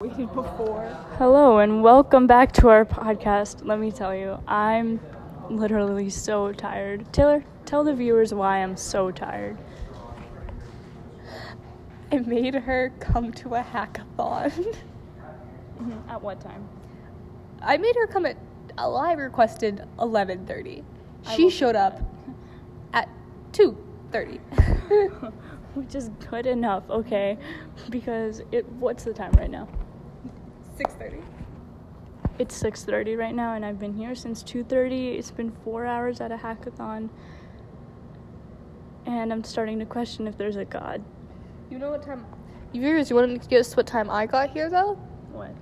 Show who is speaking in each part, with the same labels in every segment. Speaker 1: We can put four.
Speaker 2: Hello and welcome back to our podcast. Let me tell you, I'm literally so tired. Taylor, tell the viewers why I'm so tired.
Speaker 3: I made her come to a hackathon.
Speaker 2: At what time?
Speaker 3: I made her come at well, I requested 11:30.
Speaker 2: I
Speaker 3: She
Speaker 2: will
Speaker 3: showed up at 2:30.
Speaker 2: Which is good enough, okay? Because it what's the time right now?
Speaker 3: 6:30.
Speaker 2: It's 6:30 right now and I've been here since 2:30. It's been 4 hours at a hackathon. And I'm starting to question if there's a god.
Speaker 3: You know what time? Viewers, you want to guess what time I got here though?
Speaker 2: What?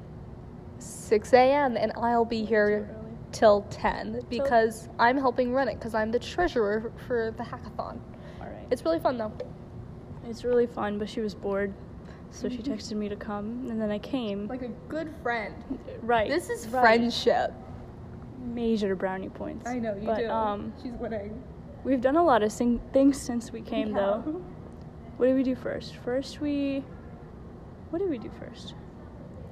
Speaker 3: 6 a.m. and I'll be here
Speaker 2: early.
Speaker 3: till 10 because I'm helping run it because I'm the treasurer for the hackathon.
Speaker 2: All right.
Speaker 3: It's really fun though.
Speaker 2: It's really fun, but she was bored. So she texted me to come, and then I came.
Speaker 3: Like a good friend.
Speaker 2: right.
Speaker 3: This is
Speaker 2: right.
Speaker 3: friendship.
Speaker 2: Major brownie points. but,
Speaker 3: but,
Speaker 2: um,
Speaker 3: She's winning.
Speaker 2: we've done a lot of sing- things since we came,
Speaker 3: Yeah.
Speaker 2: though. What did we do first? First, we. What did we do first?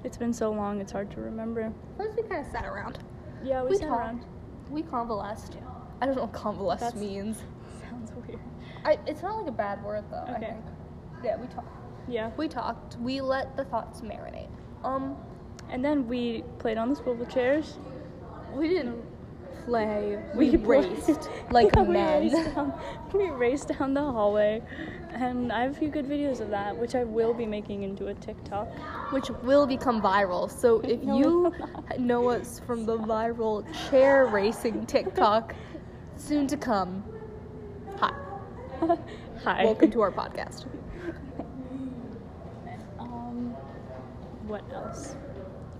Speaker 2: It's been so long, it's hard to remember.
Speaker 3: First, we kind of sat around.
Speaker 2: Yeah, we,
Speaker 3: We
Speaker 2: sat
Speaker 3: talked.
Speaker 2: around.
Speaker 3: We convalesced. I don't know what convalesced
Speaker 2: That's-
Speaker 3: means.
Speaker 2: Sounds weird.
Speaker 3: I, it's not like a bad word though. I
Speaker 2: Okay.
Speaker 3: think. Yeah, we talked.
Speaker 2: Yeah.
Speaker 3: We talked. We let the thoughts marinate. Um,
Speaker 2: And then we played on the swivel chairs.
Speaker 3: we didn't play.
Speaker 2: we
Speaker 3: We,
Speaker 2: played-
Speaker 3: raced like
Speaker 2: Yeah, We raced,
Speaker 3: men.
Speaker 2: down, we raced down the hallway, and I have a few good videos of that, which I will be making into a TikTok.
Speaker 3: which will become viral. So if
Speaker 2: No,
Speaker 3: you
Speaker 2: it will
Speaker 3: know us from the viral chair racing TikTok, soon to come, hi,
Speaker 2: Hi.
Speaker 3: welcome to our podcast.
Speaker 2: Um, what else?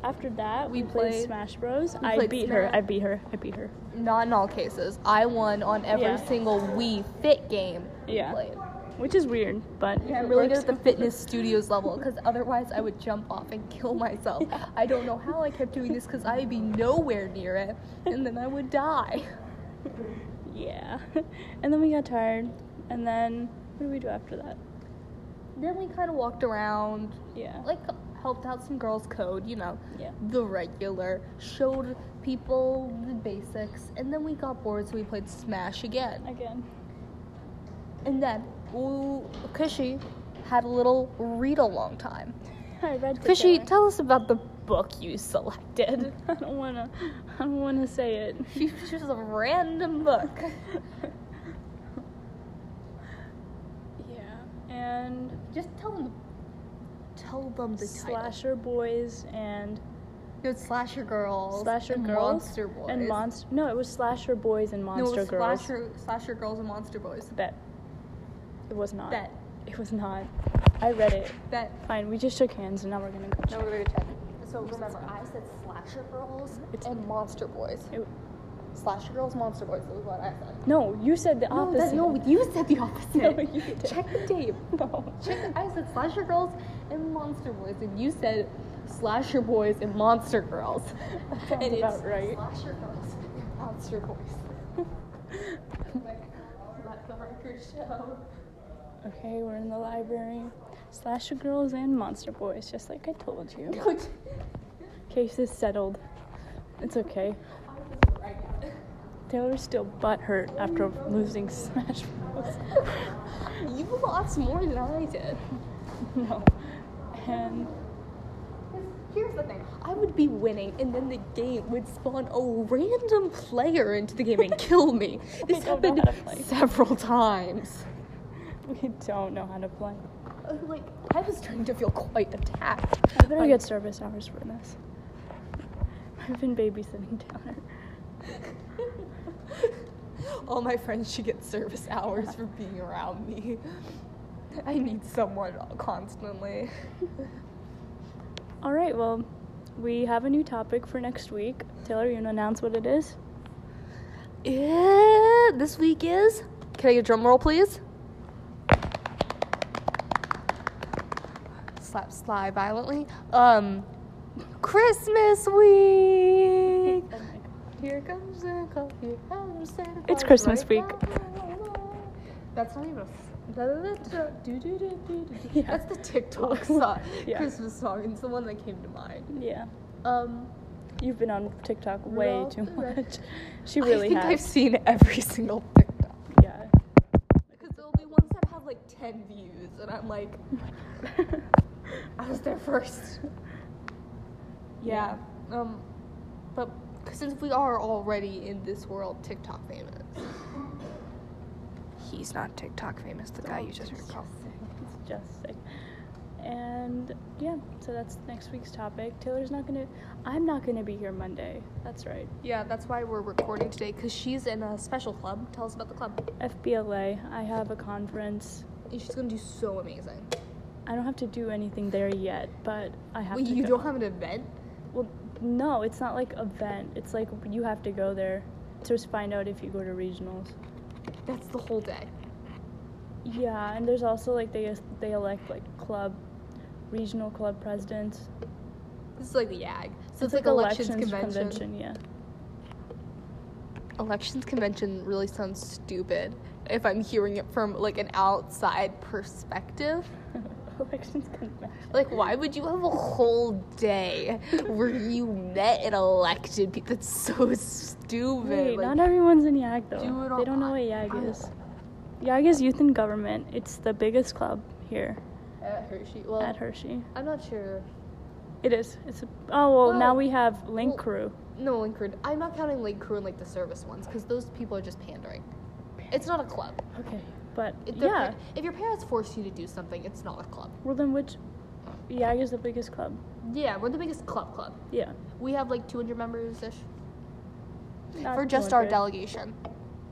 Speaker 2: After that, we,
Speaker 3: We
Speaker 2: played,
Speaker 3: played-
Speaker 2: Smash Bros.
Speaker 3: we
Speaker 2: I
Speaker 3: played
Speaker 2: beat her.
Speaker 3: Smash.
Speaker 2: I beat her. I beat her.
Speaker 3: Not in all cases. I won on every
Speaker 2: Yeah.
Speaker 3: single Wii Fit game. we
Speaker 2: Yeah.
Speaker 3: played.
Speaker 2: Which is weird, but
Speaker 3: Yeah, I'm
Speaker 2: it
Speaker 3: really good
Speaker 2: works.
Speaker 3: at the fitness studios level because otherwise I would jump off and kill myself. I don't know how I kept doing this because I'd be nowhere near it and then I would die.
Speaker 2: Yeah. and then we got tired, and then what did we do after that?
Speaker 3: Then we kind of walked around,
Speaker 2: Yeah.
Speaker 3: like helped out some girls code, you know,
Speaker 2: yeah.
Speaker 3: the regular, showed people the basics, and then we got bored so we played Smash again.
Speaker 2: Again.
Speaker 3: And then ooh, Cushy had a little read along time.
Speaker 2: I read. to
Speaker 3: Cushy,
Speaker 2: Taylor.
Speaker 3: tell us about the book you selected.
Speaker 2: I don't wanna. I don't wanna say it.
Speaker 3: She chose a random book.
Speaker 2: Yeah. And
Speaker 3: Just tell them. Tell them the title.
Speaker 2: slasher boys and
Speaker 3: No, it's slasher girls.
Speaker 2: slasher
Speaker 3: and
Speaker 2: girls
Speaker 3: Monster boys.
Speaker 2: and monster. No, it was slasher boys and
Speaker 3: No,
Speaker 2: monster
Speaker 3: it was
Speaker 2: girls.
Speaker 3: slasher slasher girls and monster boys.
Speaker 2: Bet. It was not.
Speaker 3: Bet.
Speaker 2: It was not. I read it.
Speaker 3: Bet.
Speaker 2: Fine, we just shook hands and now we're gonna go.
Speaker 3: No,
Speaker 2: check.
Speaker 3: we're gonna check.
Speaker 4: So remember, I said slasher girls
Speaker 2: It's-
Speaker 4: and monster boys.
Speaker 2: It-
Speaker 4: Slasher girls, monster boys. That was what I said.
Speaker 2: No, you said the
Speaker 4: No,
Speaker 2: opposite.
Speaker 4: that, no, you said the opposite.
Speaker 2: No, you did.
Speaker 4: Check the tape.
Speaker 2: No.
Speaker 4: Check. I said slasher girls and monster boys, and you said slasher boys and monster girls.
Speaker 2: sounds
Speaker 4: and
Speaker 2: about
Speaker 4: it's
Speaker 2: right.
Speaker 4: Slasher girls and monster boys. Let the record show.
Speaker 2: Okay, we're in the library. Slasher girls and monster boys, just like I told you.
Speaker 4: Which
Speaker 2: Case is settled. It's okay.
Speaker 4: I was right.
Speaker 2: Taylor's still butthurt after losing Smash Bros.
Speaker 4: You lost more than I did.
Speaker 2: no. And
Speaker 4: Here's the thing. I would be winning, and then the game would spawn a random player into the game and kill me. This
Speaker 2: don't know
Speaker 4: happened
Speaker 2: how to play.
Speaker 4: several times.
Speaker 2: we don't know how to play.
Speaker 4: Uh, Like, I was starting to feel quite attacked.
Speaker 2: I better
Speaker 4: by-
Speaker 2: get service hours for this. I've been babysitting Taylor.
Speaker 4: All my friends should get service hours for being around me. I need someone constantly.
Speaker 2: All right, well, we have a new topic for next week. Taylor, you want to announce what it is?
Speaker 4: Yeah, this week is. Can I get a drum roll, please? Slap sly violently. Um, Christmas week. Here comes Santa. Here comes Santa.
Speaker 2: It's
Speaker 4: Claus
Speaker 2: Christmas
Speaker 4: right
Speaker 2: week.
Speaker 4: now. That's not even a
Speaker 3: That's the TikTok song,
Speaker 2: Yeah.
Speaker 3: Christmas song. It's the one that came to mind.
Speaker 2: Yeah.
Speaker 3: Um,
Speaker 2: You've been on TikTok way
Speaker 3: Rudolph
Speaker 2: too
Speaker 3: the Red-
Speaker 2: much. She
Speaker 3: I
Speaker 2: really
Speaker 3: think I've
Speaker 2: has.
Speaker 3: seen every single TikTok.
Speaker 2: Yeah.
Speaker 3: Because there'll be ones that have like 10 views, and I'm like, I was there first. Yeah. Um, but since we are already in this world TikTok famous, he's not TikTok famous, the guy you just heard call.
Speaker 2: It's just sick. And yeah, so that's next week's topic. Taylor's not gonna. I'm not gonna be here Monday. That's right.
Speaker 3: Yeah, that's why we're recording today, because she's in a special club. Tell us about the club.
Speaker 2: FBLA. I have a conference.
Speaker 3: And she's gonna do so amazing.
Speaker 2: I don't have to do anything there yet, but I have
Speaker 3: Wait,
Speaker 2: to.
Speaker 3: you
Speaker 2: go.
Speaker 3: don't have an event?
Speaker 2: Well, no, it's not like event. It's like you have to go there to just find out if you go to regionals.
Speaker 3: That's the whole day.
Speaker 2: Yeah, and there's also like they they elect like club, regional club presidents.
Speaker 3: This is like the YAG. So it's, like, elections, convention.
Speaker 2: Yeah.
Speaker 3: Elections convention really sounds stupid if I'm hearing it from like an outside perspective.
Speaker 2: elections convention.
Speaker 3: Like, why would you have a whole day where you met and elected people? That's so stupid.
Speaker 2: Wait,
Speaker 3: like,
Speaker 2: not everyone's in YAG though.
Speaker 3: do it
Speaker 2: they don't know what
Speaker 3: on-
Speaker 2: YAG
Speaker 3: on-
Speaker 2: is. YAG is youth in government. It's the biggest club here
Speaker 3: at Hershey. Well,
Speaker 2: at Hershey.
Speaker 3: I'm not sure.
Speaker 2: It is. It's a, oh well, now
Speaker 3: Well,
Speaker 2: we have Link
Speaker 3: well-
Speaker 2: Crew.
Speaker 3: No, Link Crew. I'm not counting Link Crew and like the service ones because those people are just pandering. It's not a club.
Speaker 2: Okay, but
Speaker 3: If their
Speaker 2: yeah.
Speaker 3: par- if your parents force you to do something, it's not a club.
Speaker 2: Well then, which YAG is the biggest club?
Speaker 3: Yeah, we're the biggest club club.
Speaker 2: Yeah.
Speaker 3: We have like 200 members ish
Speaker 2: not
Speaker 3: for just our
Speaker 2: 200.
Speaker 3: delegation.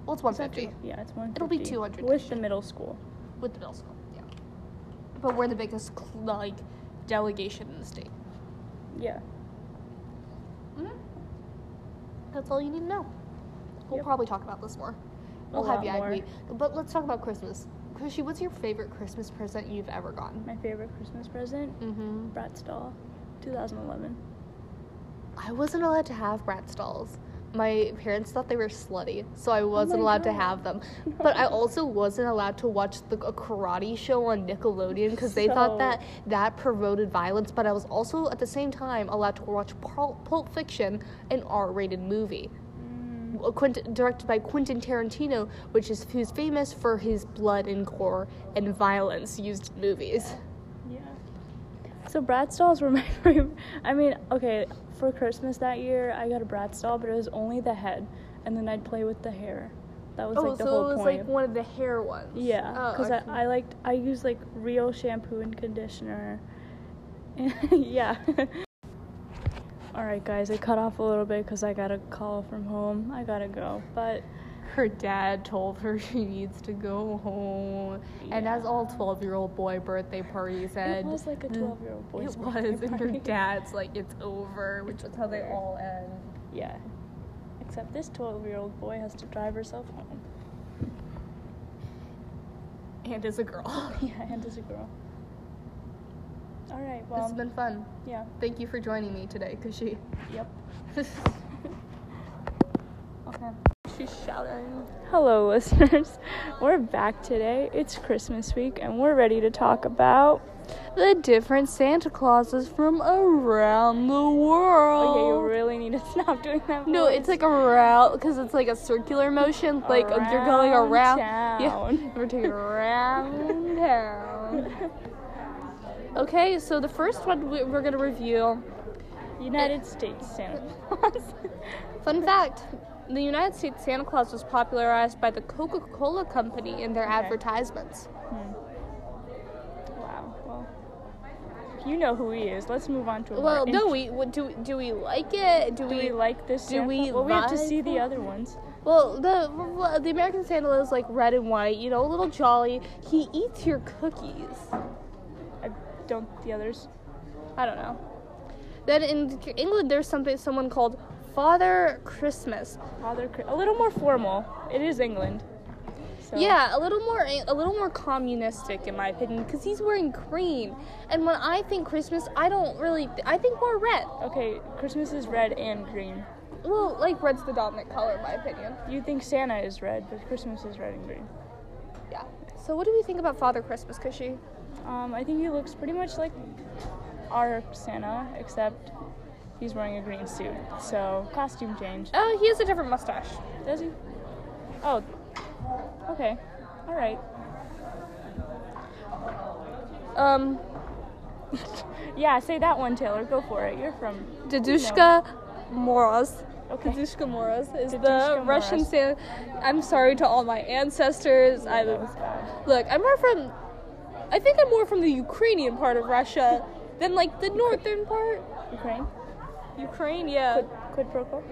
Speaker 3: Well, it's
Speaker 2: It's not
Speaker 3: 150
Speaker 2: 200. Yeah, it's one.
Speaker 3: It'll be 200
Speaker 2: with
Speaker 3: this
Speaker 2: the middle school.
Speaker 3: with the middle school. Yeah, but we're the biggest cl- like delegation in the state.
Speaker 2: Yeah. Mm-hmm.
Speaker 3: That's all you need to know. We'll
Speaker 2: Yep.
Speaker 3: probably talk about this more. We'll
Speaker 2: A
Speaker 3: have
Speaker 2: lot
Speaker 3: you
Speaker 2: more.
Speaker 3: week. But let's talk about Christmas. Chrissy, what's your favorite Christmas present you've ever gotten?
Speaker 2: My favorite Christmas present,
Speaker 3: Mm-hmm.
Speaker 2: Bratz doll, 2011.
Speaker 3: I wasn't allowed to have Bratz dolls. My parents thought they were slutty, so I wasn't
Speaker 2: Oh my
Speaker 3: allowed to
Speaker 2: God.
Speaker 3: have them. But I also wasn't allowed to watch the, a karate show on Nickelodeon because they
Speaker 2: So-
Speaker 3: thought that that promoted violence. But I was also at the same time allowed to watch Pul- Pulp Fiction, an R-rated movie. Uh, Quint- directed by Quentin Tarantino, which is who's famous for his blood and gore and violence used in movies.
Speaker 2: Yeah. So Bratz dolls were my favorite. I mean, okay, for Christmas that year, I got a Bratz doll, but it was only the head, and then I'd play with the hair. That
Speaker 3: Oh,
Speaker 2: was like the whole point.
Speaker 3: one of the hair ones.
Speaker 2: yeah,
Speaker 3: Oh,
Speaker 2: because I, I liked I used like real shampoo and conditioner. yeah. All right, guys, I cut off a little bit because I got a call from home. I gotta go, but.
Speaker 3: her dad told her she needs to go home. And as all 12 year old boy birthday parties
Speaker 2: It
Speaker 3: said,
Speaker 2: was like a
Speaker 3: Mm.
Speaker 2: 12 year old boy's
Speaker 3: it was,
Speaker 2: birthday
Speaker 3: and her
Speaker 2: party.
Speaker 3: dad's like, it's over, which is how they
Speaker 2: over.
Speaker 3: all end.
Speaker 2: Yeah. Except this 12 year old boy has to drive herself home.
Speaker 3: And as a girl.
Speaker 2: Yeah, and is a girl. All right,
Speaker 3: this has
Speaker 2: well,
Speaker 3: been fun.
Speaker 2: yeah,
Speaker 3: Thank you for joining me today, Kushi.
Speaker 2: yep.
Speaker 3: okay. She's shouting.
Speaker 2: Hello, listeners. We're back today. It's Christmas week, and we're ready to talk about.
Speaker 3: The different Santa Clauses from around the world.
Speaker 2: Okay, you really need to stop doing that.
Speaker 3: Oh. No, it's like a route because it's like a circular motion. Like uh, you're going
Speaker 2: Around
Speaker 3: around.
Speaker 2: town.
Speaker 3: Yeah, we're taking around town. Okay, so the first one we- we're gonna review.
Speaker 2: United States Santa
Speaker 3: Fun fact: the United States Santa Claus was popularized by the Coca-Cola Company in their advertisements.
Speaker 2: Hmm. Wow. Well, you know who he is. Let's move on to. a more
Speaker 3: Well,
Speaker 2: int-
Speaker 3: do we what- do? Do we like it? Do,
Speaker 2: Do we like this?
Speaker 3: do
Speaker 2: Santa?
Speaker 3: we
Speaker 2: Well, we have to
Speaker 3: like
Speaker 2: see the
Speaker 3: him?
Speaker 2: other ones.
Speaker 3: Well, the well, the American Santa is like red and white. You know, a little jolly. He eats your cookies.
Speaker 2: I don't. The others.
Speaker 3: I don't know. Then in England, there's something someone called Father Christmas.
Speaker 2: Father, Chri- a little more formal. It is England. So.
Speaker 3: Yeah, a little more a little more communistic in my opinion, because he's wearing green. And when I think Christmas, I don't really I think more red.
Speaker 2: Okay, Christmas is red and green.
Speaker 3: Well, like red's the dominant color in my opinion.
Speaker 2: You think Santa is red, but Christmas is red and green.
Speaker 3: Yeah. So what do we think about Father Christmas, Cushy?
Speaker 2: Um, I think he looks pretty much like our Santa, except he's wearing a green suit. So costume change.
Speaker 3: Oh, he has a different mustache.
Speaker 2: Does he? Oh. Okay. All right.
Speaker 3: Um,
Speaker 2: Yeah, say that one, Taylor. Go for it. You're from.
Speaker 3: Dadushka Moroz.
Speaker 2: Okay.
Speaker 3: Dadushka Moroz is the
Speaker 2: Dadushka
Speaker 3: Russian
Speaker 2: Moroz.
Speaker 3: Santa. I'm sorry to all my ancestors. I look. I'm more from. I think I'm more from the Ukrainian part of Russia than like the northern part.
Speaker 2: Ukraine.
Speaker 3: Ukraine, yeah.
Speaker 2: Quid, quid pro quo.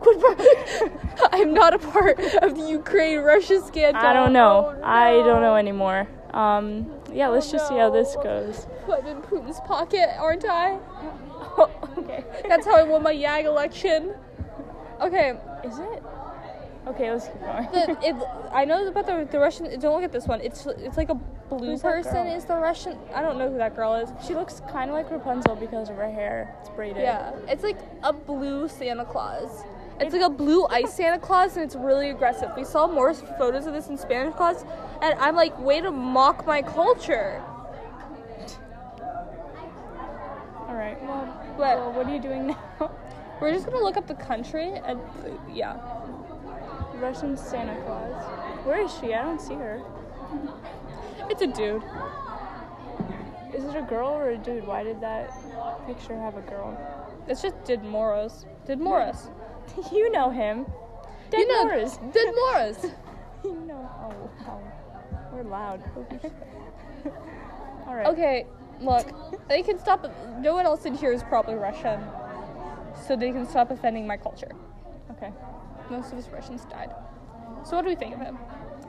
Speaker 3: Quid pro- I'm not a part of the Ukraine Russia scandal.
Speaker 2: I don't know.
Speaker 3: Oh, no.
Speaker 2: I don't know anymore. Um. Yeah. Let's just see how this
Speaker 3: no.
Speaker 2: goes.
Speaker 3: I'm in Putin's pocket, aren't I?
Speaker 2: okay.
Speaker 3: That's how I won my YAG election. Okay,
Speaker 2: Is it? Okay. Let's keep going.
Speaker 3: the, it, I know about the, the Russian. Don't look at this one. It's it's like a blue
Speaker 2: Who's that
Speaker 3: person
Speaker 2: girl?
Speaker 3: is the Russian. I don't know who that girl is.
Speaker 2: she looks kind of like Rapunzel because of her hair. It's braided.
Speaker 3: Yeah, it's like a blue Santa Claus. It's like a blue ice Santa Claus, and it's really aggressive. We saw more photos of this in Spanish class, and I'm like, way to mock my culture.
Speaker 2: All right. Well,
Speaker 3: But
Speaker 2: well, what are you doing now?
Speaker 3: we're just gonna look up the country, and yeah,
Speaker 2: Russian Santa Claus. Where is she? I don't see her.
Speaker 3: it's a dude.
Speaker 2: Is it a girl or a dude? Why did that picture have a girl?
Speaker 3: It's just Did Moros. Did Moros.
Speaker 2: you know him. Dead
Speaker 3: You know,
Speaker 2: Norris.
Speaker 3: Did Moros.
Speaker 2: You know. Oh, wow. We're loud. All right.
Speaker 3: Okay, look, they can stop. No one else in here is probably Russian, so they can stop offending my culture.
Speaker 2: Okay.
Speaker 3: Most of us Russians died. So what do we think of him?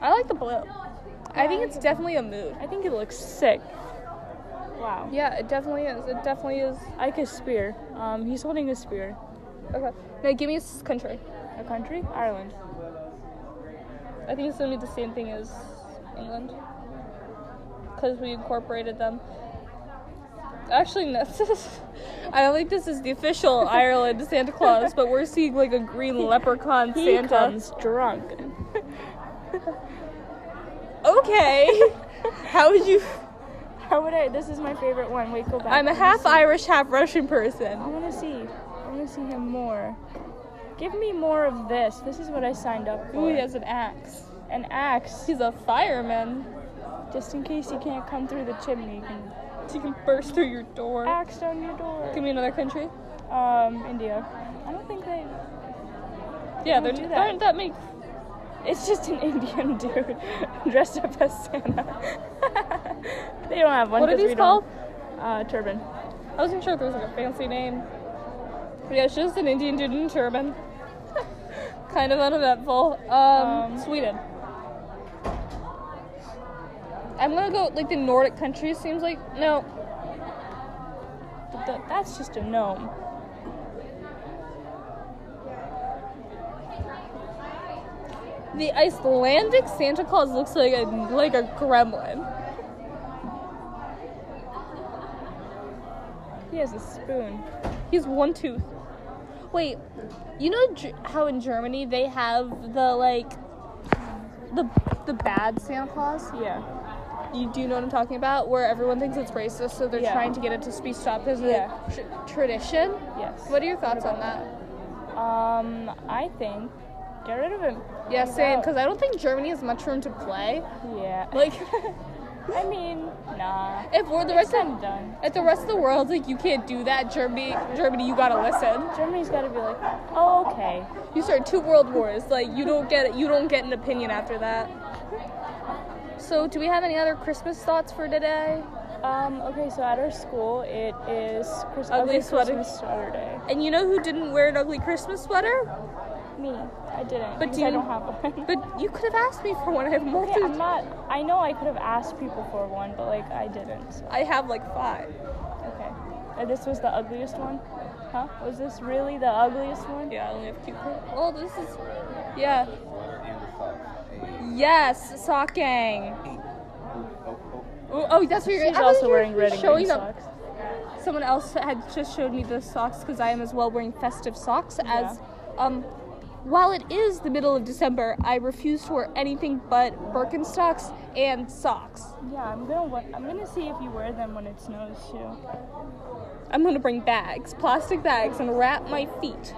Speaker 3: I like the blue. I think it's definitely a mood.
Speaker 2: I think it looks sick. Wow.
Speaker 3: Yeah, it definitely is. It definitely is.
Speaker 2: Ike is spear. Um, he's holding a spear.
Speaker 3: Okay, now give me this country.
Speaker 2: A country? Ireland.
Speaker 3: I think it's gonna be the same thing as England, because we incorporated them. Actually, no. I don't think this is the official Ireland Santa Claus, but we're seeing like a green leprechaun
Speaker 2: He
Speaker 3: Santa.
Speaker 2: comes drunk.
Speaker 3: Okay. How would you?
Speaker 2: How would I? This is my favorite one. Wait, go back.
Speaker 3: I'm a
Speaker 2: I wanna
Speaker 3: half
Speaker 2: see-
Speaker 3: Irish, half Russian
Speaker 2: I
Speaker 3: person.
Speaker 2: want to see. I want to see him more. Give me more of this. This is what I signed up for.
Speaker 3: Ooh, he has an axe.
Speaker 2: An axe,
Speaker 3: He's a fireman.
Speaker 2: just in case he can't come through the chimney. You can
Speaker 3: He can burst through your door.
Speaker 2: axe on your door.
Speaker 3: Give me another country.
Speaker 2: Um, India. I don't think they.
Speaker 3: Yeah,
Speaker 2: Don't
Speaker 3: there,
Speaker 2: do
Speaker 3: there
Speaker 2: that.
Speaker 3: aren't that many.
Speaker 2: It's just an Indian dude dressed up as Santa. they don't have one.
Speaker 3: What are
Speaker 2: 'cause we
Speaker 3: these
Speaker 2: don't- Uh, turban.
Speaker 3: I wasn't sure if there was like a fancy name. But yeah, it's just an Indian dude in a turban. kind of uneventful. Um,
Speaker 2: Um,
Speaker 3: Sweden. I'm gonna go like the Nordic countries. Seems like no.
Speaker 2: But th- that's just a gnome.
Speaker 3: The Icelandic Santa Claus looks like a like a gremlin.
Speaker 2: He has a spoon.
Speaker 3: He's one tooth. Wait, you know Ge- how in Germany they have the like the the bad Santa Claus?
Speaker 2: Yeah.
Speaker 3: You do know what I'm talking about, where everyone thinks it's racist, so they're
Speaker 2: Yeah.
Speaker 3: trying to get it to be stopped as
Speaker 2: Yeah.
Speaker 3: a tr- tradition.
Speaker 2: Yes.
Speaker 3: What are your thoughts on that?
Speaker 2: Um, I think get rid of him.
Speaker 3: Yeah,
Speaker 2: He's
Speaker 3: same.
Speaker 2: out.
Speaker 3: Because I don't think Germany has much room to play.
Speaker 2: Yeah.
Speaker 3: Like,
Speaker 2: I mean, nah.
Speaker 3: if we're the rest
Speaker 2: Said and
Speaker 3: of
Speaker 2: done.
Speaker 3: if the rest of the world's like, you can't do that, Germany, Germany, you gotta listen.
Speaker 2: Germany's got to be like, oh, okay.
Speaker 3: You start two world wars. Like you don't get you don't get an opinion after that. So do we have any other Christmas thoughts for today?
Speaker 2: Um, okay, so at our school, it is Christ-
Speaker 3: Ugly
Speaker 2: ugly
Speaker 3: sweater.
Speaker 2: Christmas sweater day.
Speaker 3: And you know who didn't wear an ugly Christmas sweater?
Speaker 2: Me, I didn't.
Speaker 3: But
Speaker 2: because
Speaker 3: do
Speaker 2: I
Speaker 3: you-
Speaker 2: don't have one.
Speaker 3: But you could have asked me for one. I have more.
Speaker 2: Okay, I'm not. I know I could have asked people for one, but like I didn't. So
Speaker 3: I have like five.
Speaker 2: okay. And this was the ugliest one, huh? Was this really the ugliest one?
Speaker 3: Yeah, I only have two. Well, this is yeah. Yes, sock gang. Ooh, oh, that's what you're.
Speaker 2: She's
Speaker 3: I wasn't
Speaker 2: also
Speaker 3: sure
Speaker 2: wearing
Speaker 3: if you were
Speaker 2: red and
Speaker 3: showing
Speaker 2: green
Speaker 3: up.
Speaker 2: socks.
Speaker 3: Someone else had just showed me the socks because I am as well wearing festive socks as um
Speaker 5: While it is the middle of December, I refuse to wear anything but Birkenstocks and socks.
Speaker 2: Yeah, I'm gonna wa- I'm gonna see if you wear them when it snows too.
Speaker 5: I'm gonna bring bags, plastic bags, and wrap my feet.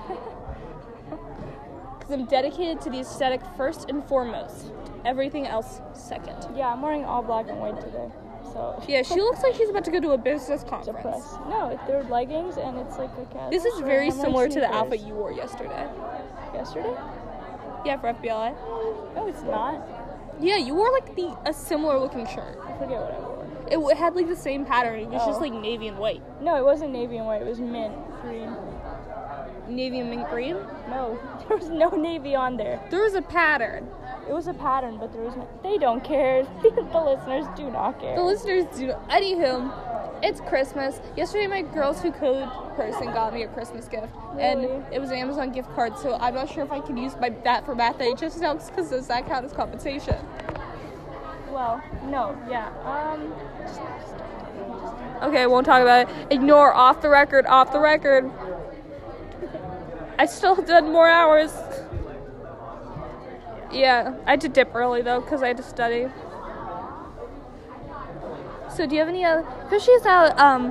Speaker 3: Because I'm dedicated to the aesthetic first and foremost. Everything else second.
Speaker 2: Yeah, I'm wearing all black and white today, so
Speaker 3: Yeah, she looks like she's about to go to a business conference.
Speaker 2: depressed. No, it- they're leggings and it's like a casual
Speaker 3: This is
Speaker 2: shirt
Speaker 3: very
Speaker 2: and I'm wearing
Speaker 3: similar to the outfit
Speaker 2: sneakers.
Speaker 3: you wore yesterday.
Speaker 2: yesterday.
Speaker 3: Yeah, for FBLA.
Speaker 2: No, it's not.
Speaker 3: Yeah, you wore like the a similar looking shirt.
Speaker 2: I forget what I wore.
Speaker 3: It w- had like the same pattern. It was just
Speaker 2: Oh.
Speaker 3: like navy and white,
Speaker 2: No, it wasn't navy and white. It was mint green.
Speaker 3: navy and mint green.
Speaker 2: No, there was no navy on there.
Speaker 3: There was a pattern.
Speaker 2: It was a pattern, but there was no. They don't care. the listeners do not care.
Speaker 3: The listeners do. Anywho, it's Christmas. Yesterday, my girls who code person got me a Christmas gift,
Speaker 2: Really?
Speaker 3: and it was an Amazon gift card. So I'm not sure if I can use my that for math aid just now because does that count as compensation?
Speaker 2: well, no, yeah. Um,
Speaker 3: Okay, won't talk about it. Ignore off the record. Off the record. I still did more hours. Yeah, I had to dip early though because I had to study. So do you have any other? Because she's out um,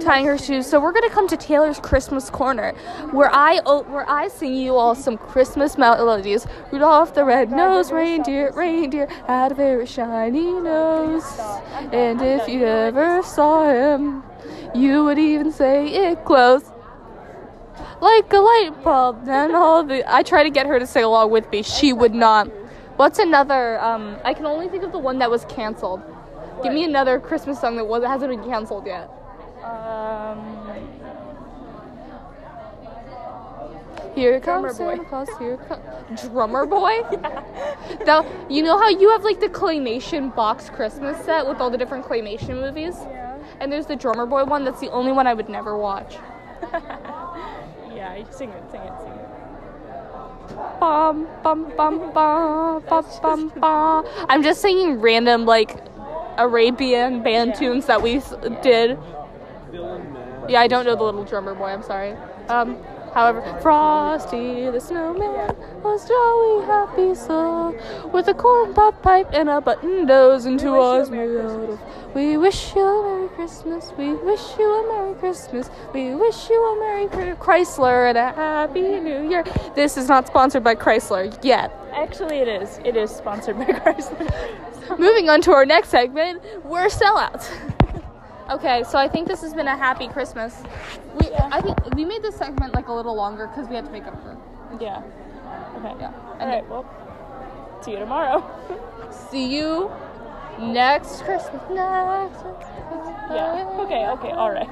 Speaker 3: tying her shoes, so we're gonna come to Taylor's Christmas corner, where I o- where I sing you all some Christmas melodies. Rudolph the red-nosed reindeer, reindeer had a very shiny nose, and if you ever saw him, you would even say it glows like a light bulb. Then all the I try to get her to sing along with me. She would not. What's another? Um, I can only think of the one that was canceled. Give me another Christmas song that was hasn't been canceled yet.
Speaker 2: um,
Speaker 3: Here comes
Speaker 2: Drummer
Speaker 3: Santa Claus. Here comes Drummer Boy. Now you know how you have like the claymation box Christmas set with all the different claymation movies,
Speaker 2: yeah.
Speaker 3: and there's the Drummer Boy one. That's the only one I would never watch.
Speaker 2: yeah, you sing it, sing it, sing it.
Speaker 3: Bum bum bum bum bum bum bum. I'm just singing random like Arabian band tunes that we s- did. Yeah, I don't know the little drummer boy. I'm sorry. Um, however, Frosty the Snowman was jolly happy soul with a corn pop pipe and a button nose into
Speaker 2: wish you a
Speaker 3: us.
Speaker 2: Merry
Speaker 3: made out of- We wish you a Merry Christmas. We wish you a Merry Christmas. We wish you a Merry Chri- Chrysler and a Happy New Year. This is not sponsored by Chrysler yet.
Speaker 2: Actually, it is. It is sponsored by Chrysler.
Speaker 3: Moving on to our next segment, we're sellouts. okay, so I think this has been a happy Christmas. We, I think we made this segment like a little longer because we had to make up for.
Speaker 2: yeah. Okay.
Speaker 3: Yeah.
Speaker 2: All right. Well, see you tomorrow.
Speaker 3: See you next Christmas. Next.
Speaker 2: yeah. Okay. Okay. All right.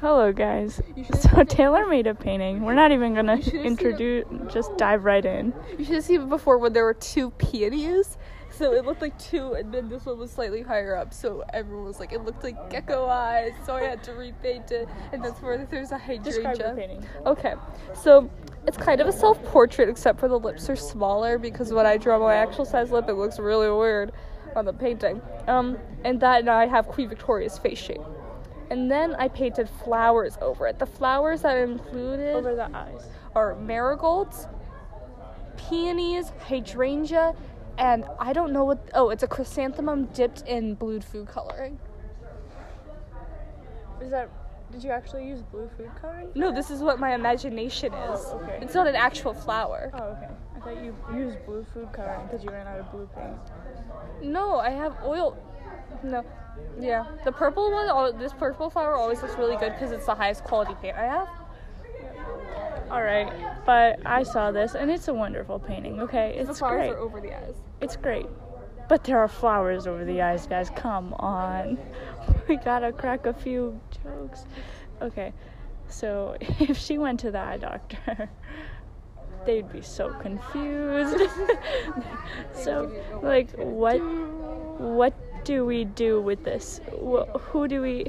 Speaker 2: Hello, guys. So Taylor made a painting. We're not even gonna introduce. Just dive right in.
Speaker 3: You should have seen it before when there were two peonies. So it looked like two, and then this one was slightly higher up. So everyone was like, it looked like gecko eyes. So I had to repaint it, and that's where there's a hydrangea.
Speaker 2: Describe your painting.
Speaker 3: Okay, so it's kind of a self portrait, except for the lips are smaller because when I draw my actual size lip, it looks really weird on the painting. Um, and that, and I have Queen Victoria's face shape. And then I painted flowers over it. The flowers that I included
Speaker 2: Over the eyes.
Speaker 3: are marigolds, peonies, hydrangea, and I don't know what. Oh, it's a chrysanthemum dipped in blued food coloring.
Speaker 2: Is that? Did you actually use blue food coloring?
Speaker 3: No, this is what my imagination is.
Speaker 2: Oh, okay.
Speaker 3: It's not an actual flower.
Speaker 2: Oh, okay. I thought you used blue food coloring because you ran out of blue paint.
Speaker 3: No, I have oil. No. Yeah. The purple one, al- this purple flower always looks really good because it's the highest quality paint I have.
Speaker 2: All right, but I saw this and it's a wonderful painting. Okay,
Speaker 3: The
Speaker 2: it's
Speaker 3: flowers
Speaker 2: great.
Speaker 3: are over the eyes.
Speaker 2: It's great. But there are flowers over the eyes, guys. Come on. We gotta crack a few jokes. Okay, so if she went to the eye doctor, they'd be so confused. so, like, what, what do we do with this? Wh- Who do we?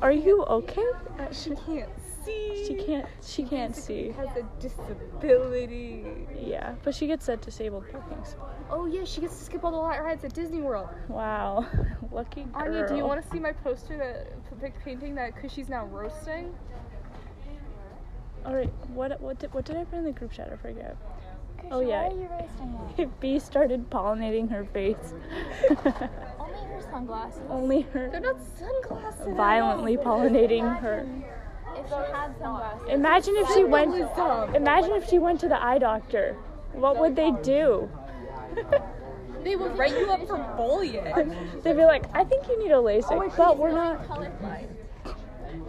Speaker 2: Are you okay? Uh, She
Speaker 3: Can't see.
Speaker 2: she can't. She can't see.
Speaker 3: Has a disability.
Speaker 2: Yeah, but she gets that disabled parking spot.
Speaker 3: Oh yeah, she gets to skip all the lot rides at Disney World.
Speaker 2: Wow, lucky girl.
Speaker 3: Anya, do you want to see my poster that p- big painting that Cushy's now roasting?
Speaker 2: All right, what what did, what did I put in the group chat? I forget. Oh,
Speaker 6: Krisha,
Speaker 2: yeah.
Speaker 6: Why are you roasting her?
Speaker 2: Bee started pollinating her face.
Speaker 6: Only her sunglasses.
Speaker 2: Only her
Speaker 7: They're not sunglasses.
Speaker 2: violently pollinating her.
Speaker 6: If she had sunglasses.
Speaker 2: Imagine if she went. Imagine if she went to the eye doctor. What would they do?
Speaker 3: They would write you up for bullying.
Speaker 2: They'd be like, "I think you need a LASIK," but we're not.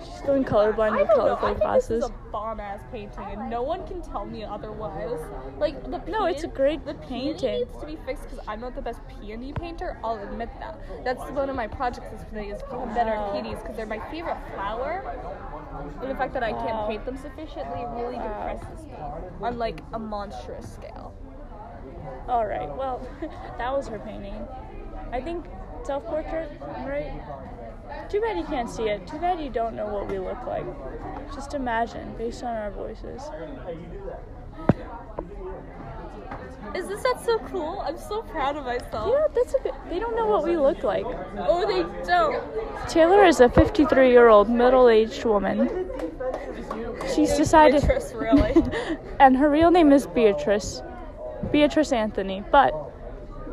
Speaker 2: She's going colorblind
Speaker 3: I
Speaker 2: with
Speaker 3: don't know. I
Speaker 2: colorblind
Speaker 3: think
Speaker 2: glasses.
Speaker 3: this is a bomb ass painting, and no one can tell me otherwise. Like the peony,
Speaker 2: No, it's a great
Speaker 3: the
Speaker 2: painting.
Speaker 3: peony needs to be fixed because I'm not the best peony painter. I'll admit that. That's one of my projects this today is become better at peonies because they're my favorite flower. And the fact that I can't paint them sufficiently really depresses me on like a monstrous scale.
Speaker 2: All right. Well, that was her painting. I think self-portrait, right? Too bad you can't see it. Too bad you don't know what we look like. Just imagine based on our voices.
Speaker 3: Is this not so cool? I'm so proud of myself.
Speaker 2: You know, that's a good. They don't know what we look like.
Speaker 3: Oh, they don't.
Speaker 2: Taylor is a 53-year-old middle-aged woman. She's decided.
Speaker 3: Beatrice, really.
Speaker 2: and her real name is Beatrice, Beatrice Anthony. But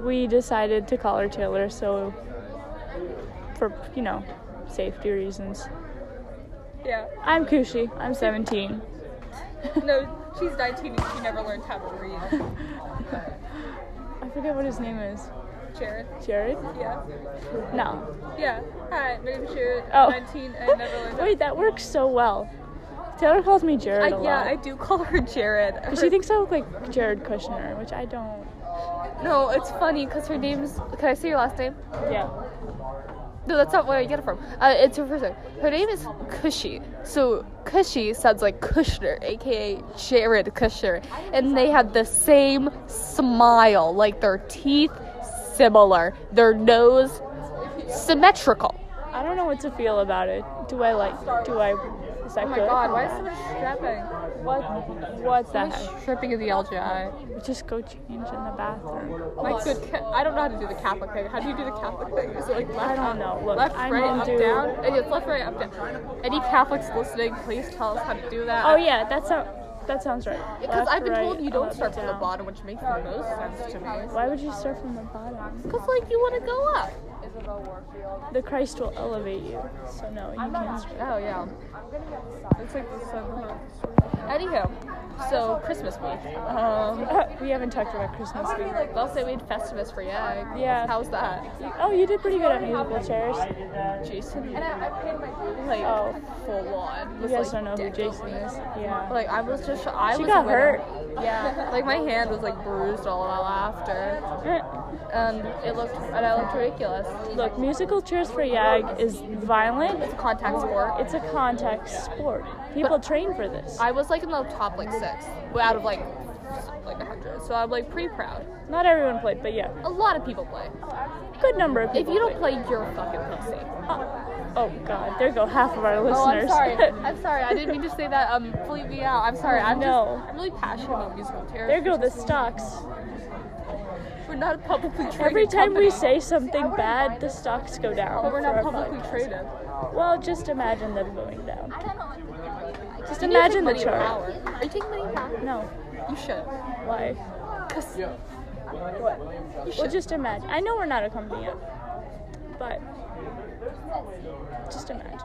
Speaker 2: we decided to call her Taylor, so for you know safety reasons.
Speaker 3: yeah.
Speaker 2: I'm Kushi. I'm 17.
Speaker 3: No, she's 19 and she never learned how to read.
Speaker 2: I forget what his name is.
Speaker 3: Jared.
Speaker 2: Jared?
Speaker 3: Yeah.
Speaker 2: No.
Speaker 3: Yeah. Hi, my name's Jared.
Speaker 2: Oh.
Speaker 3: I'm 19 and never learned how
Speaker 2: Wait, that works so well. Taylor calls me
Speaker 3: I,
Speaker 2: Jared a
Speaker 3: yeah,
Speaker 2: lot.
Speaker 3: I do call her Jared.
Speaker 2: But she thinks I look like Jared Kushner, which I don't.
Speaker 3: no, it's funny because her name's. Can I say your last name?
Speaker 2: Yeah.
Speaker 3: No, that's not where I get it from. Uh, it's her first name. Her name is Cushy. So Cushy sounds like Kushner, aka Jared Kushner. And they have the same smile, like their teeth similar, their nose symmetrical.
Speaker 2: I don't know what to feel about it. Do I like? Do I? Is that
Speaker 3: Oh my
Speaker 2: good?
Speaker 3: god, why is someone strapping?
Speaker 2: What? What the heck?
Speaker 3: Someone's stripping in the LGI.
Speaker 2: Just go change in the bathroom.
Speaker 3: My good ca- I don't know how to do the Catholic thing. How do you do the Catholic thing? Is it like left,
Speaker 2: I don't know. Look,
Speaker 3: left,
Speaker 2: I'm
Speaker 3: right,
Speaker 2: gonna
Speaker 3: up,
Speaker 2: do-
Speaker 3: down? It's left, right, up, down. Any Catholics listening, please tell us how to do that.
Speaker 2: Oh yeah, that sounds that sounds right.
Speaker 3: Because
Speaker 2: Left,
Speaker 3: I've been told
Speaker 2: right,
Speaker 3: you don't
Speaker 2: up,
Speaker 3: start from the
Speaker 2: down.
Speaker 3: bottom, which makes the most sense to me.
Speaker 2: Why would you start from the bottom?
Speaker 3: Because like you want to go up.
Speaker 2: The Christ will elevate you. So no, you can't. Start.
Speaker 3: Oh yeah. It's like the sun. Anywho, so Christmas week. Um,
Speaker 2: we haven't talked about Christmas. either.
Speaker 3: they'll say we had Festivus for yeah.
Speaker 2: Yeah.
Speaker 3: How's that?
Speaker 2: Oh, you did pretty good at musical chairs.
Speaker 3: Jason. And I, I paid my like
Speaker 2: Oh.
Speaker 3: full on.
Speaker 2: You
Speaker 3: Was,
Speaker 2: guys
Speaker 3: like,
Speaker 2: don't know who
Speaker 3: decked
Speaker 2: Jason
Speaker 3: out.
Speaker 2: is. Yeah.
Speaker 3: Like I was just, I
Speaker 2: She
Speaker 3: was
Speaker 2: got
Speaker 3: a winner.
Speaker 2: hurt.
Speaker 3: Yeah, like my hand was like bruised all while after, and it looked, and I looked ridiculous.
Speaker 2: Look, musical chairs for YAG is violent.
Speaker 3: Contact sport.
Speaker 2: It's a contact sport. People train for this.
Speaker 3: I was like in the top like six out of like like a hundred, so I'm like pretty proud.
Speaker 2: Not everyone played, but yeah,
Speaker 3: A lot of people play.
Speaker 2: good number of
Speaker 3: If
Speaker 2: people.
Speaker 3: you don't play, you're a fucking pussy.
Speaker 2: Oh God, there go half of our
Speaker 3: Oh, I'm
Speaker 2: listeners.
Speaker 3: sorry. I'm sorry. I didn't mean to say that. Um, bleep me out. I'm sorry. I'm
Speaker 2: No.
Speaker 3: just, I'm really passionate about musical chairs.
Speaker 2: there go the stocks.
Speaker 3: We're not a publicly traded.
Speaker 2: Every time we
Speaker 3: company,
Speaker 2: say something bad, the stocks go down.
Speaker 3: but we're not
Speaker 2: for a
Speaker 3: publicly
Speaker 2: podcast.
Speaker 3: traded.
Speaker 2: Well, just imagine them going down.
Speaker 6: I don't know what to do.
Speaker 2: Just
Speaker 3: You take
Speaker 2: imagine the
Speaker 3: money and
Speaker 2: chart.
Speaker 3: power. Are you taking money and power?
Speaker 2: No,
Speaker 3: You should.
Speaker 2: why?
Speaker 3: Cause
Speaker 2: Well, just imagine. I know we're not a company yet, but just imagine.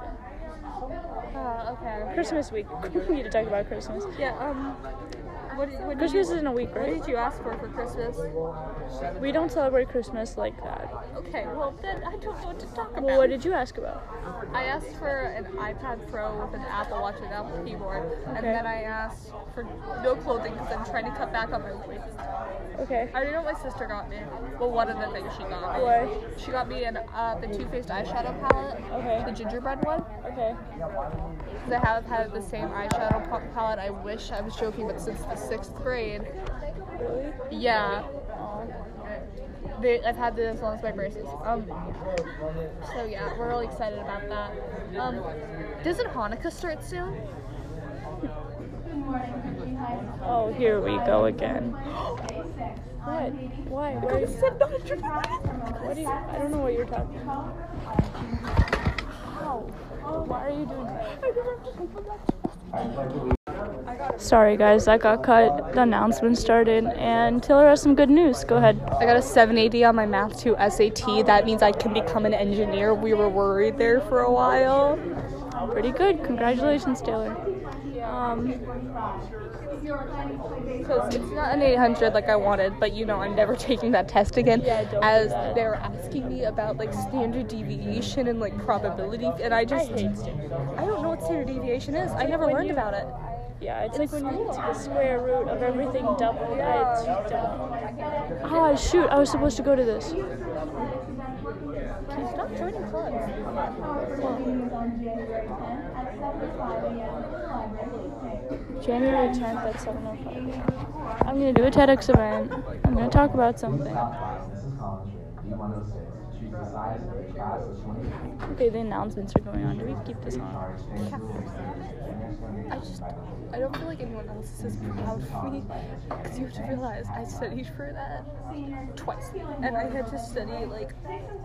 Speaker 3: Uh, okay.
Speaker 2: Christmas week. we need to talk about Christmas.
Speaker 3: Yeah. Um. What did, what did you,
Speaker 2: Christmas is in a week,
Speaker 3: what
Speaker 2: right?
Speaker 3: did you ask for for Christmas?
Speaker 2: We don't celebrate Christmas like that.
Speaker 3: Okay. Well, then I don't know what to talk about.
Speaker 2: Well, what did you ask about?
Speaker 3: I asked for an iPad Pro with an Apple Watch and an Apple keyboard, and
Speaker 2: Okay.
Speaker 3: then I asked for no clothing because I'm trying to cut back on my weight.
Speaker 2: Okay.
Speaker 3: I already know what my sister got me. Well, one of the things she got. me.
Speaker 2: What?
Speaker 3: She got me an uh, the Too Faced eyeshadow palette, the
Speaker 2: Okay.
Speaker 3: gingerbread one.
Speaker 2: Okay.
Speaker 3: Because I have had the same eyeshadow pa- palette. I wish I was joking, but since the sixth grade,
Speaker 2: Really?
Speaker 3: Yeah. They, I've had this as long as my braces. Um, so yeah, we're really excited about that. Um, doesn't Hanukkah start soon?
Speaker 2: Oh, here we go again. What? Why? Where you? What do you? I don't know what you're talking about. How? Why are you doing that?
Speaker 8: I
Speaker 2: Sorry, guys, that got cut. The announcement started, and Taylor has some good news. Go ahead.
Speaker 3: I got a 780 on my math 2 SAT. That means I can become an engineer. We were worried there for a while.
Speaker 2: Pretty good. Congratulations, Taylor. Um,
Speaker 3: Because it's not an 800 like I wanted, but you know, I'm never taking that test again.
Speaker 2: Yeah, don't do
Speaker 3: as
Speaker 2: that.
Speaker 3: they were asking me about like standard deviation and like probability, and I just. I, don't know what standard deviation is. I never
Speaker 2: when
Speaker 3: learned
Speaker 2: you-
Speaker 3: about it.
Speaker 2: yeah, it's like when you take the square root of everything doubled. I don't. Ah, shoot! I was supposed to go to this.
Speaker 3: Stop joining clubs.
Speaker 2: January 10th at 7:05. I'm gonna do a TEDx event. I'm gonna talk about something. Okay, the announcements are going on. Do we keep this on?
Speaker 3: I just. I don't feel like anyone else is proud of me. Because you have to realize I studied for that twice. And I had to study like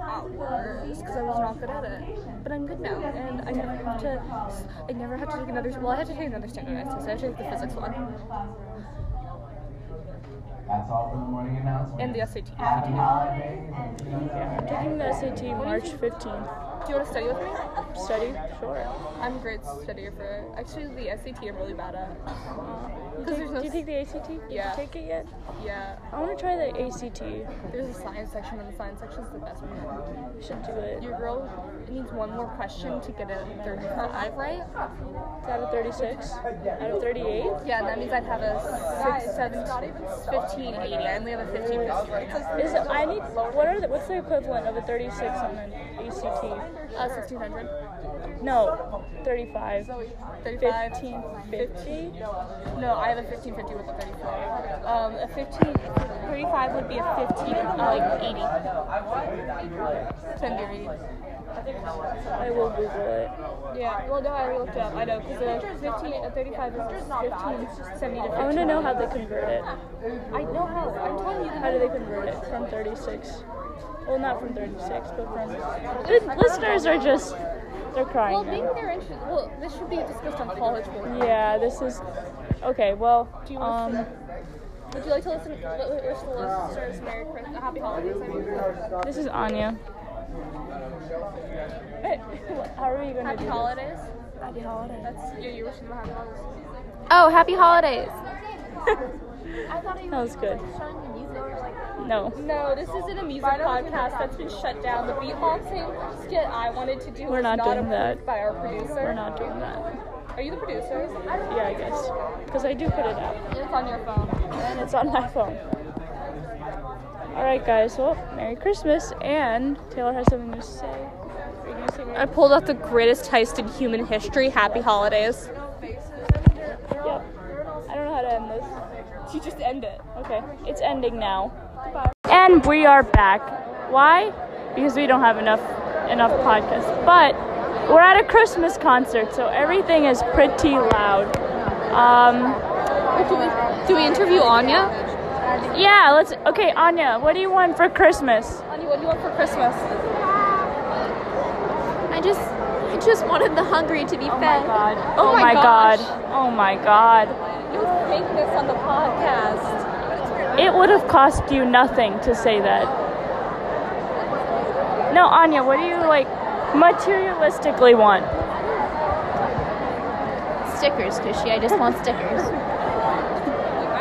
Speaker 3: hours because I was not good at it. But I'm good now. And I never have to. I never have to take another. Well, I had to take another standardized test. I had to take the physics one.
Speaker 9: That's all for the morning announcement.
Speaker 3: And the SAT. Do you
Speaker 9: Happy holidays. and see you on Saturday.
Speaker 2: I'm taking the SAT March 15th.
Speaker 3: want to study with me?
Speaker 2: Study? Sure.
Speaker 3: I'm a great studier for it. Actually, the SAT I'm really bad at.
Speaker 2: Do
Speaker 3: Because
Speaker 2: you,
Speaker 3: there's no.
Speaker 2: do you take the ACT? Did
Speaker 3: Yeah.
Speaker 2: You take it yet?
Speaker 3: Yeah.
Speaker 2: I want to try the ACT.
Speaker 3: There's a science section, and the science section's the best one.
Speaker 2: We should do it.
Speaker 3: Your girl needs one more question to get a 35 right.
Speaker 2: It's out of 36. Out of 38.
Speaker 3: Yeah, that means I'd have a 6, 7, 15, 80. I only have a 15 percent.
Speaker 2: Is it, I need. What are the, What's the equivalent of a 36 on an ACT?
Speaker 3: Uh, 1600.
Speaker 2: No, 35.
Speaker 3: 35.
Speaker 2: 1550.
Speaker 3: No, I have a 1550 with a 34. Um, a 15, 35 would be a 15, uh, like 80. 10
Speaker 2: I will Google it.
Speaker 3: Yeah, well, no, I looked it up. I know, because a 15, a 35 is 15, 70 to 15.
Speaker 2: I want to know how they convert it.
Speaker 3: I know how. I'm telling you the
Speaker 2: How do they convert it from 36? Well, not from 36, but from. The listeners are just. They're
Speaker 3: Well,
Speaker 2: crying.
Speaker 3: maybe
Speaker 2: now.
Speaker 3: they're interested. Well, this should be discussed on college board.
Speaker 2: Yeah, this is. Okay, well.
Speaker 3: Do you want
Speaker 2: Um,
Speaker 3: to Would you like to listen? Would wish the listeners Merry Christmas, Happy Holidays. I mean,
Speaker 2: this is Anya. How are you going to
Speaker 3: Happy
Speaker 2: do
Speaker 3: Holidays.
Speaker 2: Happy holiday.
Speaker 3: That's yeah. You wishing them a Happy Holidays.
Speaker 6: Oh, happy holidays.
Speaker 3: I thought you
Speaker 2: That was good.
Speaker 6: Showing the music or like.
Speaker 2: No.
Speaker 3: No, this isn't a music podcast that's been shut down. The beatboxing skit I wanted to do
Speaker 2: We're
Speaker 3: was
Speaker 2: not
Speaker 3: not,
Speaker 2: doing
Speaker 3: approved
Speaker 2: that.
Speaker 3: by our producer.
Speaker 2: We're not doing that.
Speaker 3: Are you the producer?
Speaker 2: Yeah, I guess. Because I do put it out.
Speaker 3: It's on your phone.
Speaker 2: And it's on my phone. Alright, guys. Well, Merry Christmas. And Taylor has something to say. Are you gonna say Merry-
Speaker 3: I pulled out the greatest heist in human history. Happy Holidays.
Speaker 2: Yep. I don't know how to end this.
Speaker 3: You just end it.
Speaker 2: Okay. It's ending now. And we are back. Why? Because we don't have enough enough podcasts. But we're at a Christmas concert, so everything is pretty loud. Um,
Speaker 3: Do we interview Anya?
Speaker 2: Yeah, let's. Okay, Anya, what do you want for Christmas?
Speaker 3: Anya, what do you want for Christmas?
Speaker 6: I just, I just wanted the hungry to be fed.
Speaker 2: God.
Speaker 3: Oh
Speaker 2: Oh,
Speaker 3: my
Speaker 2: my
Speaker 3: gosh.
Speaker 2: god. Oh my god.
Speaker 3: You make this on the podcast.
Speaker 2: It would have cost you nothing to say that. No, Anya, what do you like materialistically want?
Speaker 6: Stickers, Cushy. I just want stickers.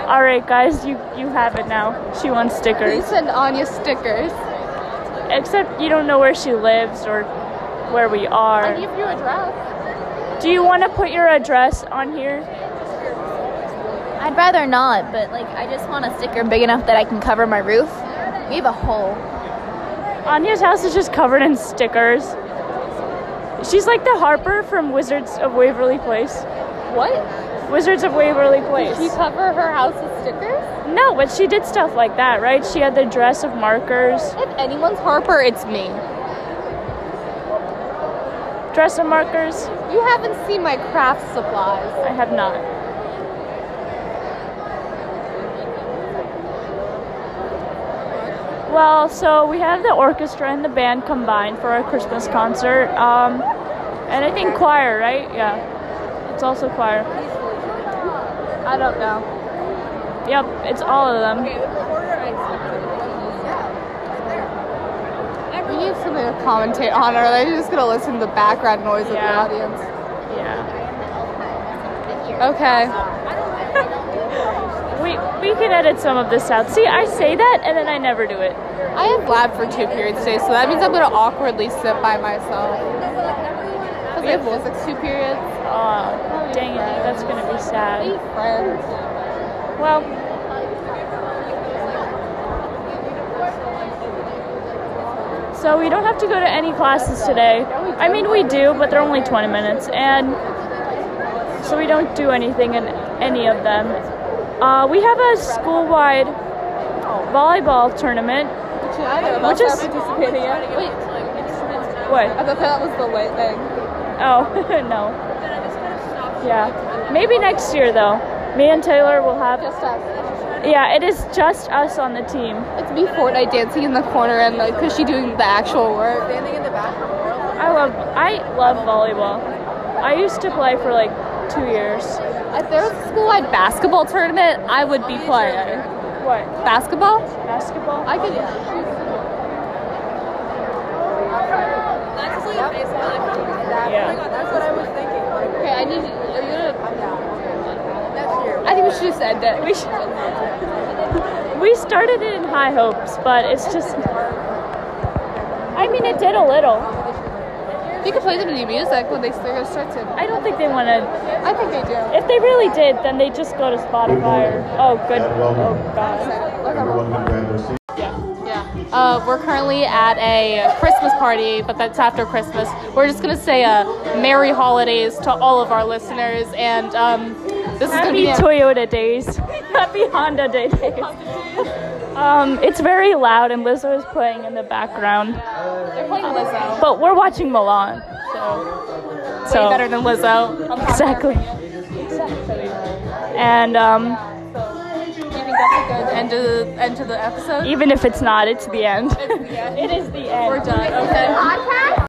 Speaker 2: All right, guys, you you have it now. She wants stickers.
Speaker 3: send Anya stickers.
Speaker 2: Except you don't know where she lives or where we are.
Speaker 3: Give you a dress.
Speaker 2: Do you want to put your address on here?
Speaker 6: I'd rather not, but like I just want a sticker big enough that I can cover my roof. We have a hole.
Speaker 2: Anya's house is just covered in stickers. She's like the Harper from Wizards of Waverly Place.
Speaker 3: What?
Speaker 2: Wizards of Waverly
Speaker 3: She
Speaker 2: Place.
Speaker 3: cover her house with stickers?
Speaker 2: No, but she did stuff like that, right? She had the dress of markers.
Speaker 3: If anyone's Harper, it's me.
Speaker 2: Dress of markers?
Speaker 3: You haven't seen my craft supplies.
Speaker 2: I have not. Well, so we have the orchestra and the band combined for our Christmas concert. Um, and I think choir, right? Yeah. It's also choir.
Speaker 10: I don't know.
Speaker 2: Yep, it's all of them.
Speaker 10: Every-
Speaker 3: We need something to commentate on, or they're just gonna listen to the background noise
Speaker 2: Yeah.
Speaker 3: of the audience.
Speaker 2: Yeah.
Speaker 3: Okay.
Speaker 2: We we can edit some of this out. See, I say that and then I never do it.
Speaker 3: I have lab for two periods today, so that means I'm gonna awkwardly sit by myself. Because I have Balzacs two periods.
Speaker 2: Oh, dang it, that's gonna be
Speaker 3: Be
Speaker 2: sad.
Speaker 3: friends.
Speaker 2: Well, so we don't have to go to any classes today. I mean, we do, but they're only 20 minutes, and so we don't do anything in any of them. Uh, we have a school-wide volleyball tournament, which is what?
Speaker 3: I thought that was the late thing.
Speaker 2: Oh, no. Yeah. Maybe next year, though. Me and Taylor will have.
Speaker 3: Just us.
Speaker 2: Yeah, it is just us on the team.
Speaker 3: It's me Fortnite dancing in the corner and like Cushy doing the actual work.
Speaker 2: I love I love volleyball. I used to play for like two years.
Speaker 3: If there was a school-wide basketball tournament, I would be playing.
Speaker 2: What?
Speaker 3: Basketball?
Speaker 2: Basketball?
Speaker 3: I could.
Speaker 2: yeah.
Speaker 3: Okay, I need. Are you gonna? I'm down. I think we should just end it.
Speaker 2: We should, we started it in high hopes, but it's just. I mean, it did a little.
Speaker 3: You can play them new music when they they're gonna start to.
Speaker 2: I don't think they want to.
Speaker 3: I think they do.
Speaker 2: If they really did, then they just go to Spotify. Or, oh, good. Oh, God.
Speaker 9: Everyone can grab their seat.
Speaker 3: Uh, we're currently at a Christmas party, but that's after Christmas. We're just gonna say a Merry Holidays to all of our listeners, and um, this is gonna
Speaker 2: Happy
Speaker 3: be. a-
Speaker 2: Toyota days. Happy Honda Day days. Um, it's very loud and Lizzo is playing in the background.
Speaker 3: They're playing Lizzo.
Speaker 2: But we're watching Milan, so so
Speaker 3: Way better than Lizzo.
Speaker 2: exactly. And um,
Speaker 3: End to the end to the episode.
Speaker 2: even if it's not, it's the end. it is the end.
Speaker 3: We're done. Okay.